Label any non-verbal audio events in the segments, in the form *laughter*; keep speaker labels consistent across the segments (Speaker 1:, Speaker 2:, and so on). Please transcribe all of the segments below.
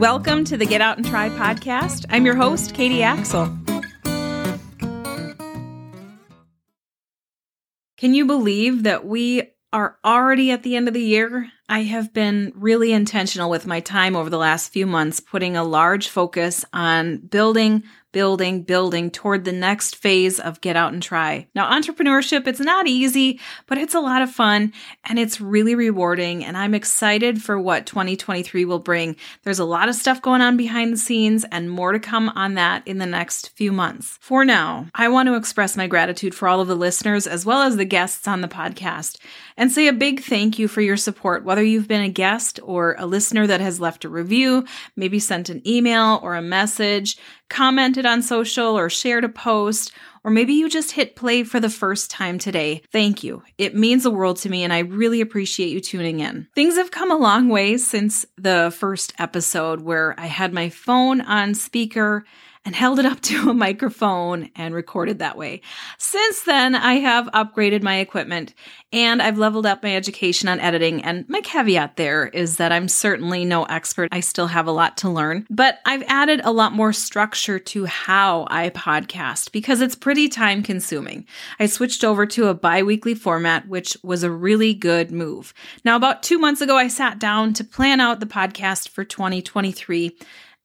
Speaker 1: Welcome to the Get Out and Try podcast. I'm your host, Katie Axel. Can you believe that we are already at the end of the year? I have been really intentional with my time over the last few months, putting a large focus on building, building, building toward the next phase of Get Out and Try. Now, entrepreneurship, it's not easy, but it's a lot of fun and it's really rewarding. And I'm excited for what 2023 will bring. There's a lot of stuff going on behind the scenes and more to come on that in the next few months. For now, I want to express my gratitude for all of the listeners as well as the guests on the podcast and say a big thank you for your support, whether you've been a guest or a listener that has left a review, maybe sent an email or a message commented on social or shared a post, or maybe you just hit play for the first time today. Thank you. It means the world to me, and I really appreciate you tuning in. Things have come a long way since the first episode where I had my phone on speaker and held it up *laughs* to a microphone and recorded that way. Since then, I have upgraded my equipment and I've leveled up my education on editing. And my caveat there is that I'm certainly no expert. I still have a lot to learn, but I've added a lot more structure to how I podcast because it's pretty time consuming. I switched over to a bi weekly format, which was a really good move. Now, about two months ago, I sat down to plan out the podcast for 2023.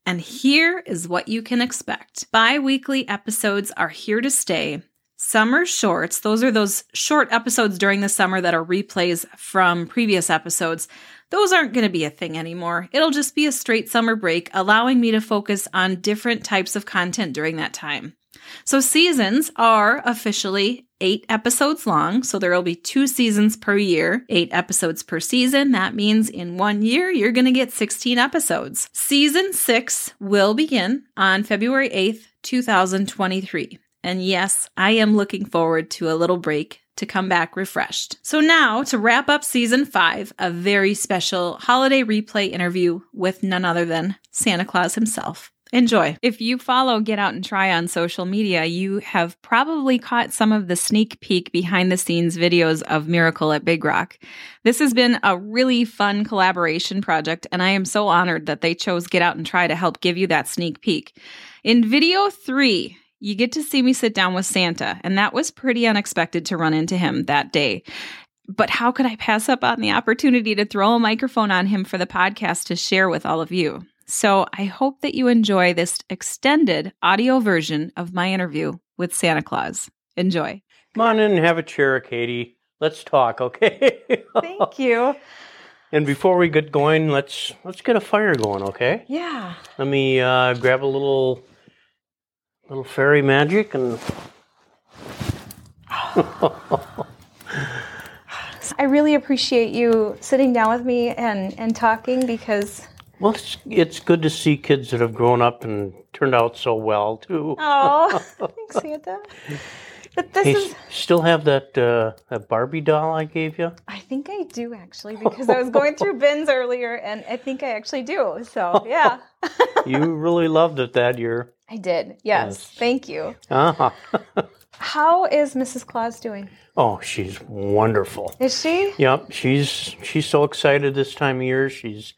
Speaker 1: And here is what you can expect bi weekly episodes are here to stay. Summer shorts, those are those short episodes during the summer that are replays from previous episodes. Those aren't going to be a thing anymore. It'll just be a straight summer break, allowing me to focus on different types of content during that time. So, seasons are officially eight episodes long. So, there will be two seasons per year, eight episodes per season. That means in one year, you're going to get 16 episodes. Season six will begin on February 8th, 2023. And yes, I am looking forward to a little break to come back refreshed. So, now to wrap up season five, a very special holiday replay interview with none other than Santa Claus himself. Enjoy. If you follow Get Out and Try on social media, you have probably caught some of the sneak peek behind the scenes videos of Miracle at Big Rock. This has been a really fun collaboration project, and I am so honored that they chose Get Out and Try to help give you that sneak peek. In video three, you get to see me sit down with Santa, and that was pretty unexpected to run into him that day but how could I pass up on the opportunity to throw a microphone on him for the podcast to share with all of you? So I hope that you enjoy this extended audio version of my interview with Santa Claus. Enjoy.
Speaker 2: Come on in and have a chair, Katie. Let's talk, okay? *laughs*
Speaker 1: Thank you.
Speaker 2: and before we get going, let's let's get a fire going, okay?
Speaker 1: Yeah.
Speaker 2: Let me uh, grab a little little fairy magic and
Speaker 1: I really appreciate you sitting down with me and, and talking because
Speaker 2: well, it's, it's good to see kids that have grown up and turned out so well too.
Speaker 1: oh *laughs* thanks Santa. But this
Speaker 2: Hey,
Speaker 1: is
Speaker 2: s- still have that uh, that Barbie doll I gave you?
Speaker 1: I think I do actually because I was going
Speaker 2: *laughs*
Speaker 1: through bins earlier and I think I actually do. So
Speaker 2: *laughs*
Speaker 1: yeah.
Speaker 2: you really loved it that year.
Speaker 1: I did. Yes.
Speaker 2: Yes.
Speaker 1: Thank you.
Speaker 2: Uh-huh.
Speaker 1: How is Mrs. Claus doing?
Speaker 2: Oh, she's wonderful.
Speaker 1: Is she?
Speaker 2: Yep, she's she's so excited this time of year. She's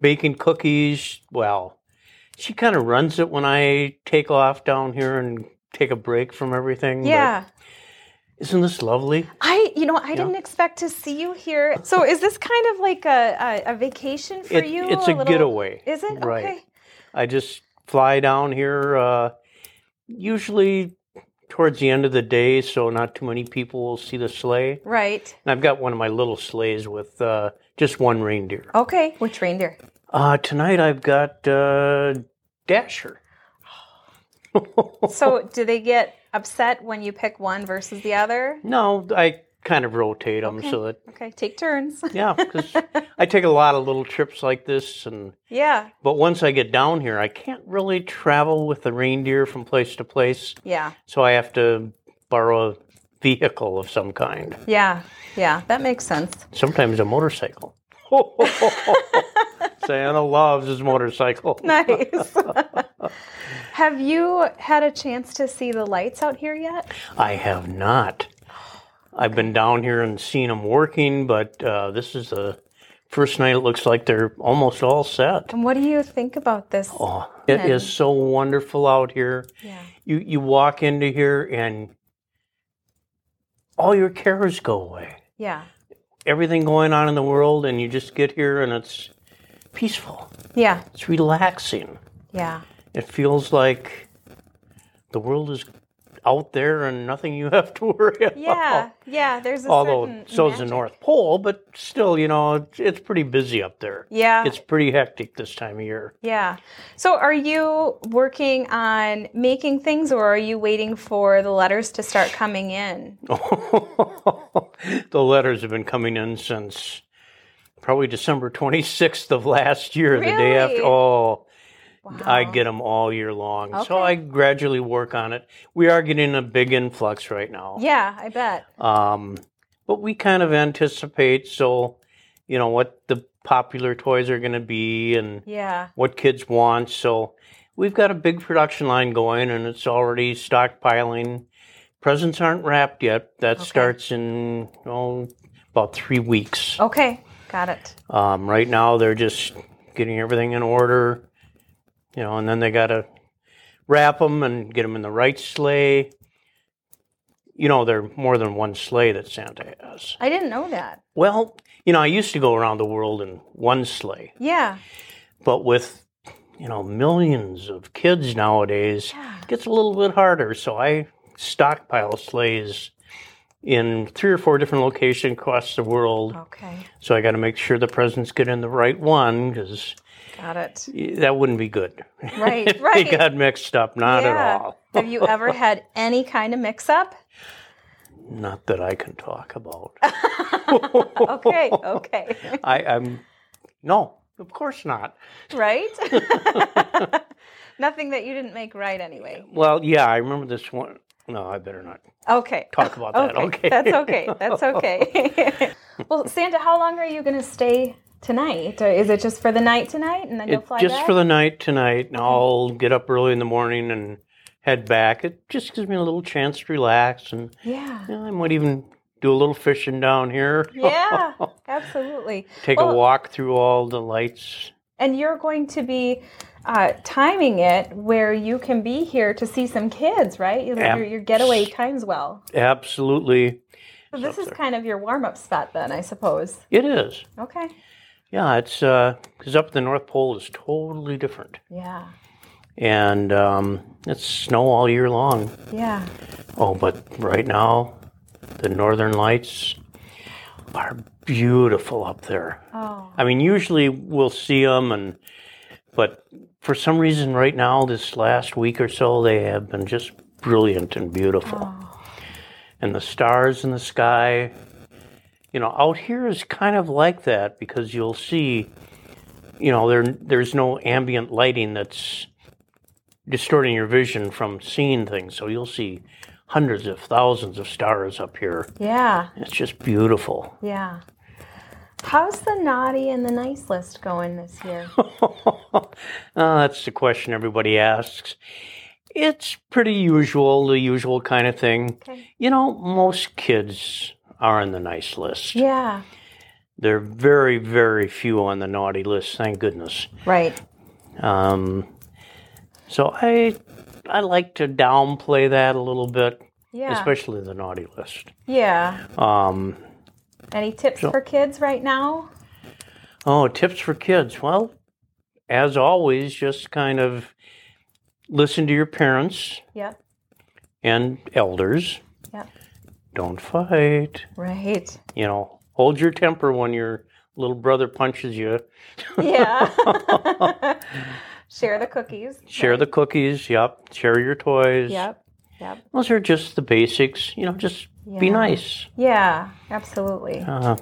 Speaker 2: baking cookies. Well, she kind of runs it when I take off down here and take a break from everything. but
Speaker 1: Yeah.
Speaker 2: isn't this lovely?
Speaker 1: I, you know, I didn't expect to see you here. So is this kind of like a, a, a vacation for
Speaker 2: It-
Speaker 1: you?
Speaker 2: it's a,
Speaker 1: little-
Speaker 2: getaway.
Speaker 1: Is it?
Speaker 2: Right.
Speaker 1: Okay.
Speaker 2: I just fly down here uh, usually towards the end of the day, so not too many people will see the sleigh.
Speaker 1: Right.
Speaker 2: And I've got one of my little sleighs with uh, just one reindeer.
Speaker 1: Okay. Which reindeer?
Speaker 2: Uh, tonight I've got uh, Dasher.
Speaker 1: So
Speaker 2: *laughs*
Speaker 1: do they get upset when you pick one versus the other?
Speaker 2: No, I kind of rotate them so that
Speaker 1: Okay. Take turns. *laughs*
Speaker 2: yeah, because I take a lot of little trips like this, and
Speaker 1: yeah.
Speaker 2: but once I get down here, I can't really travel with the reindeer from place to place,
Speaker 1: Yeah.
Speaker 2: so I have to borrow a vehicle of some kind,
Speaker 1: Yeah. Yeah. That makes sense.
Speaker 2: sometimes a motorcycle. *laughs* Santa loves his *laughs* motorcycle.
Speaker 1: Nice. Have you had a chance to see the lights out here yet?
Speaker 2: I have not. I've been down here and seen them working, but uh, this is the First night, it looks like they're almost all set.
Speaker 1: And what do you think about this?
Speaker 2: Oh, it is so wonderful out here.
Speaker 1: Yeah.
Speaker 2: You you walk into here and all your cares go away.
Speaker 1: Yeah.
Speaker 2: Everything going on in the world, and you just get here and it's peaceful.
Speaker 1: Yeah.
Speaker 2: It's relaxing.
Speaker 1: Yeah.
Speaker 2: It feels like the world is out there and nothing you have to *laughs* worry about.
Speaker 1: Yeah. Yeah. There's a
Speaker 2: Oh. Although
Speaker 1: certain
Speaker 2: so is the
Speaker 1: magic.
Speaker 2: North Pole, but still, you know, it's, it's pretty busy up there.
Speaker 1: Yeah.
Speaker 2: It's pretty hectic this time of year.
Speaker 1: yeah. So are you working on making things or are you waiting for the letters to start coming in?
Speaker 2: Oh. *laughs* the letters have been coming in since probably December 26th of last year, the day after.
Speaker 1: Really?
Speaker 2: Oh,
Speaker 1: Wow.
Speaker 2: I get them all year long.
Speaker 1: Okay.
Speaker 2: So I gradually work on it. We are getting a big influx right now.
Speaker 1: Yeah, I bet.
Speaker 2: Um, but we kind of anticipate, so, you know, what the popular toys are going to be and
Speaker 1: Yeah.
Speaker 2: what kids want. So we've got a big production line going and it's already stockpiling. Presents aren't wrapped yet. That starts in oh, about three weeks.
Speaker 1: Okay. Got it.
Speaker 2: Um, right now, they're just getting everything in order, you know, and then they got to wrap them and get them in the right sleigh. You know, there are more than one sleigh that Santa has.
Speaker 1: I didn't know that.
Speaker 2: Well, you know, I used to go around the world in one sleigh
Speaker 1: Yeah.
Speaker 2: but with you know millions of kids nowadays it gets a little bit harder so i stockpile sleighs in three or four different locations across the world
Speaker 1: Okay.
Speaker 2: so i got to make sure the presents get in the right one because
Speaker 1: Got it.
Speaker 2: that wouldn't be good *laughs*
Speaker 1: Right,
Speaker 2: if
Speaker 1: right.
Speaker 2: they got mixed up not
Speaker 1: yeah.
Speaker 2: at all
Speaker 1: Have you ever had any kind of mix up?
Speaker 2: not that i can talk about *laughs*
Speaker 1: Okay. Okay. *laughs*
Speaker 2: I, i'm no of course not
Speaker 1: right? *laughs* Nothing that you didn't make right anyway.
Speaker 2: well yeah i remember this one no i better not
Speaker 1: Okay.
Speaker 2: talk about that okay,
Speaker 1: That's okay. That's
Speaker 2: *laughs*
Speaker 1: okay. *laughs* well, Santa, how long are you going to stay tonight? Or is it just for the night tonight and then you'll
Speaker 2: It-
Speaker 1: fly
Speaker 2: just
Speaker 1: back?
Speaker 2: for the night tonight, and I'll get up early in the morning and head back. It just gives me a little chance to relax, and
Speaker 1: yeah.
Speaker 2: *laughs* you know, I might even do a little fishing down here.
Speaker 1: Yeah, absolutely.
Speaker 2: Take
Speaker 1: Well,
Speaker 2: a walk through all the lights.
Speaker 1: And you're going to be uh, timing it where you can be here to see some kids, right? Your,
Speaker 2: Yeah.
Speaker 1: your, your getaway times well.
Speaker 2: Absolutely,
Speaker 1: So this is kind of your warm up spot, then, I suppose.
Speaker 2: it is.
Speaker 1: Okay.
Speaker 2: Yeah, it's because up at the North Pole is totally different,
Speaker 1: Yeah.
Speaker 2: and um, it's snow all year long.
Speaker 1: Yeah.
Speaker 2: Oh, but right now, the northern lights are beautiful up there.
Speaker 1: Oh.
Speaker 2: I mean, usually we'll see them, and but for some reason, right now, this last week or so, they have been just brilliant and beautiful. And the stars in the sky, you know, out here is kind of like that because you'll see, you know, there there's no ambient lighting that's distorting your vision from seeing things. So you'll see hundreds of thousands of stars up here.
Speaker 1: Yeah.
Speaker 2: It's just beautiful.
Speaker 1: Yeah. How's the naughty and the nice list going this
Speaker 2: *laughs*
Speaker 1: year?
Speaker 2: Uh, that's the question everybody asks. It's pretty usual, the usual kind of thing.
Speaker 1: Okay.
Speaker 2: You know, most kids are on the nice list.
Speaker 1: Yeah.
Speaker 2: There are very, very few on the naughty list, thank goodness.
Speaker 1: Right.
Speaker 2: Um, so I, I like to downplay that a little bit,
Speaker 1: Yeah.
Speaker 2: especially the naughty list.
Speaker 1: yeah.
Speaker 2: Um,
Speaker 1: Any tips for kids right now?
Speaker 2: Oh, tips for kids. Well, as always, just kind of listen to your parents
Speaker 1: Yep.
Speaker 2: and elders.
Speaker 1: Yep.
Speaker 2: Don't fight.
Speaker 1: Right.
Speaker 2: You know, hold your temper when your little brother punches you. *laughs*
Speaker 1: Yeah. Share the cookies.
Speaker 2: Share the cookies. Yep. Share your toys.
Speaker 1: Yep. Yep.
Speaker 2: Those are just the basics. You know, just be
Speaker 1: Yeah.
Speaker 2: nice.
Speaker 1: Yeah. Absolutely.
Speaker 2: Uh,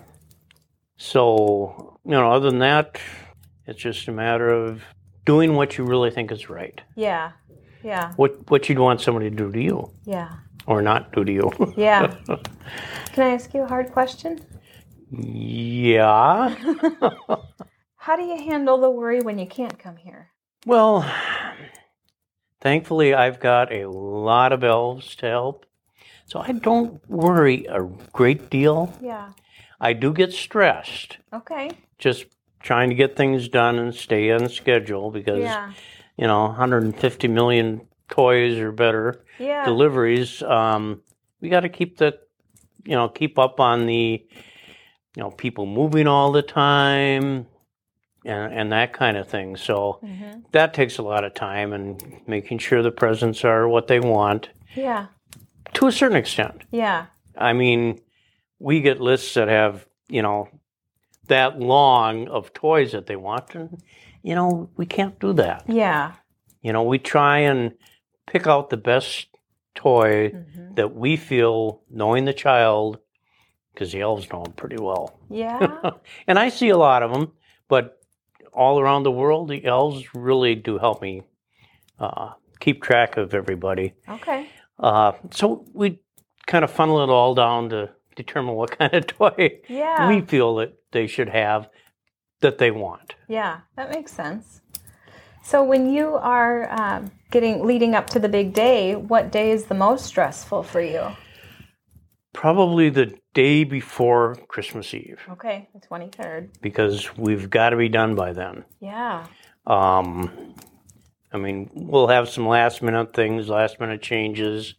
Speaker 2: so, you know, other than that, it's just a matter of doing what you really think is right.
Speaker 1: Yeah. Yeah.
Speaker 2: What what you'd want somebody to do to you
Speaker 1: Yeah.
Speaker 2: or not do to you. *laughs*
Speaker 1: Yeah. Can I ask you a hard question?
Speaker 2: Yeah.
Speaker 1: How do you handle the worry when you can't come here?
Speaker 2: Well, thankfully, I've got a lot of elves to help. So I don't worry a great deal.
Speaker 1: Yeah.
Speaker 2: I do get stressed
Speaker 3: Okay.
Speaker 2: just trying to get things done and stay on schedule because
Speaker 3: Yeah.
Speaker 2: you know 150 million toys or better
Speaker 3: Yeah.
Speaker 2: deliveries. Um, we got to keep the, you know, keep up on the, you know, people moving all the time, and and that kind of thing. So
Speaker 3: Mhm.
Speaker 2: that takes a lot of time and making sure the presents are what they want
Speaker 3: Yeah.
Speaker 2: to a certain extent.
Speaker 3: Yeah.
Speaker 2: I mean, we get lists that have you know that long of toys that they want, and you know we can't do that.
Speaker 3: Yeah.
Speaker 2: You know, we try and pick out the best toy
Speaker 3: Mhm.
Speaker 2: that we feel knowing the child because the elves know them pretty well
Speaker 3: Yeah.
Speaker 2: *laughs* and i see a lot of them but all around the world the elves really do help me uh, keep track of everybody
Speaker 3: Okay.
Speaker 2: uh, so we kind of funnel it all down to determine what *laughs* kind of toy
Speaker 3: Yeah.
Speaker 2: we feel that they should have that they want
Speaker 3: Yeah, that makes sense. So when you are um, getting leading up to the big day, what day is the most stressful for you?
Speaker 2: probably the day before christmas eve
Speaker 3: Okay, the twenty third.
Speaker 2: because we've got to be done by then
Speaker 3: Yeah.
Speaker 2: Um, I mean, we'll have some last minute things, last minute changes,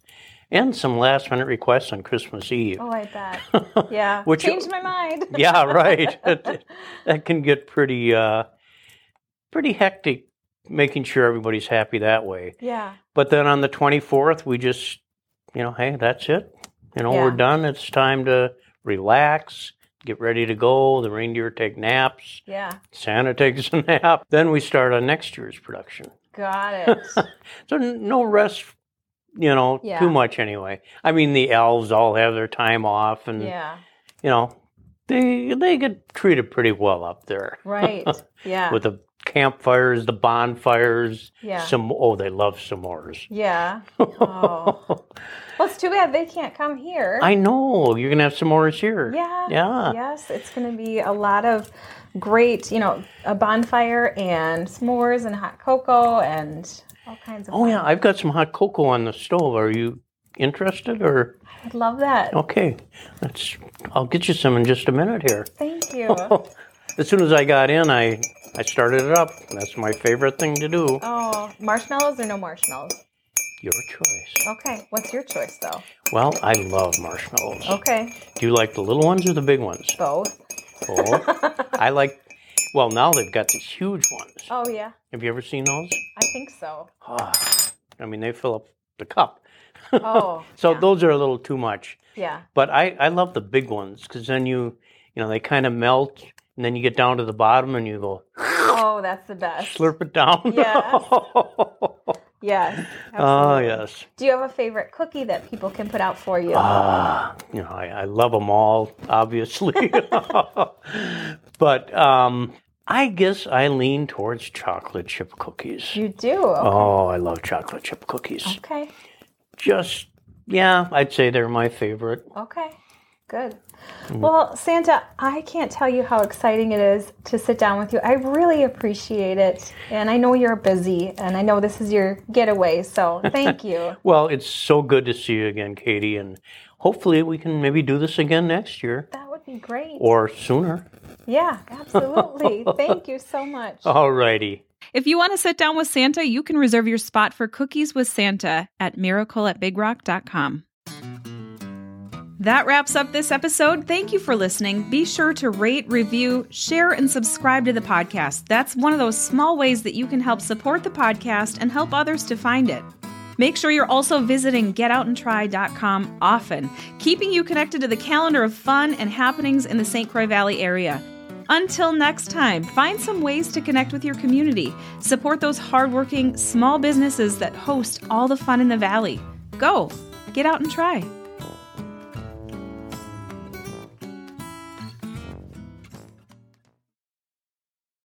Speaker 2: and some last minute requests on Christmas Eve.
Speaker 3: Oh, I bet. Yeah.
Speaker 2: Which-
Speaker 3: Changed my mind.
Speaker 2: *laughs* yeah, right. that, that can get pretty, uh, pretty hectic, making sure everybody's happy that way.
Speaker 3: *laughs* yeah.
Speaker 2: But then on the 24th, we just, you know, hey, that's it. You know, we're
Speaker 3: Yeah.
Speaker 2: done. It's time to relax, get ready to go. The reindeer take naps.
Speaker 3: Yeah.
Speaker 2: Santa *laughs* takes a nap. Then we start on next year's production.
Speaker 3: Got it.
Speaker 2: *laughs* So n- no rest, you know,
Speaker 3: Yeah.
Speaker 2: too much anyway. I mean, the elves all have their time off, and
Speaker 3: yeah.
Speaker 2: you know, they they get treated pretty well up there
Speaker 3: Right. Yeah.
Speaker 2: with the campfires, the bonfires.
Speaker 3: Yeah.
Speaker 2: Some oh, they love s'mores. *laughs*
Speaker 3: yeah. Oh. Well, it's too bad they can't come here.
Speaker 2: I know you're gonna have s'mores here.
Speaker 3: Yeah.
Speaker 2: yeah,
Speaker 3: Yes, it's going to be a lot of great, you know, a bonfire and s'mores and hot cocoa and all kinds of.
Speaker 2: Oh yeah, I've got some hot cocoa on the stove. Are you interested or
Speaker 3: I'd love that.
Speaker 2: okay? Let's. I'll get you some in just a minute here. *laughs*
Speaker 3: Thank you.
Speaker 2: As soon as I got in, I I started it up. That's my favorite thing to do.
Speaker 3: oh, marshmallows or no marshmallows?
Speaker 2: Your choice.
Speaker 3: Okay, what's your choice though?
Speaker 2: Well, I love marshmallows.
Speaker 3: Okay,
Speaker 2: Do you like the little ones or the big ones?
Speaker 3: both.
Speaker 2: Oh,
Speaker 3: *laughs*
Speaker 2: I like. Well, now they've got these huge ones.
Speaker 3: Oh yeah,
Speaker 2: Have you ever seen those?
Speaker 3: I think so.
Speaker 2: Ah, I mean, they fill up the cup. *laughs*
Speaker 3: Oh,
Speaker 2: So those are a little too much.
Speaker 3: yeah,
Speaker 2: But I I love the big ones because then you you know they kind of melt and then you get down to the bottom and you go
Speaker 3: oh, that's the best.
Speaker 2: slurp it down. *laughs*
Speaker 3: Yes. Yes.
Speaker 2: oh
Speaker 3: absolutely.
Speaker 2: yes.
Speaker 3: Do you have a favorite cookie that people can put out for you?
Speaker 2: Ah, you know, I, I love them all, obviously. *laughs* but um, I guess I lean towards chocolate chip cookies.
Speaker 3: you do.
Speaker 2: Oh, I love chocolate chip cookies.
Speaker 3: Okay.
Speaker 2: Just, yeah, I'd say they're my favorite.
Speaker 3: Okay, good. Well, Santa, I can't tell you how exciting it is to sit down with you. I really appreciate it. And I know you're busy, and I know this is your getaway, so thank you.
Speaker 2: Well, it's so good to see you again, Katie, and hopefully we can maybe do this again next year
Speaker 3: That would be great.
Speaker 2: or sooner.
Speaker 3: Yeah, absolutely. thank you so much.
Speaker 2: All righty.
Speaker 1: If you want to sit down with Santa, you can reserve your spot for Cookies with Santa at miracle at bigrock.com. That wraps up this episode. Thank you for listening. Be sure to rate, review, share, and subscribe to the podcast. That's one of those small ways that you can help support the podcast and help others to find it. Make sure you're also visiting getoutandtry.com often, keeping you connected to the calendar of fun and happenings in the St. Croix Valley area. Until next time, find some ways to connect with your community. Support those hardworking small businesses that host all the fun in the valley. Go, get out and try.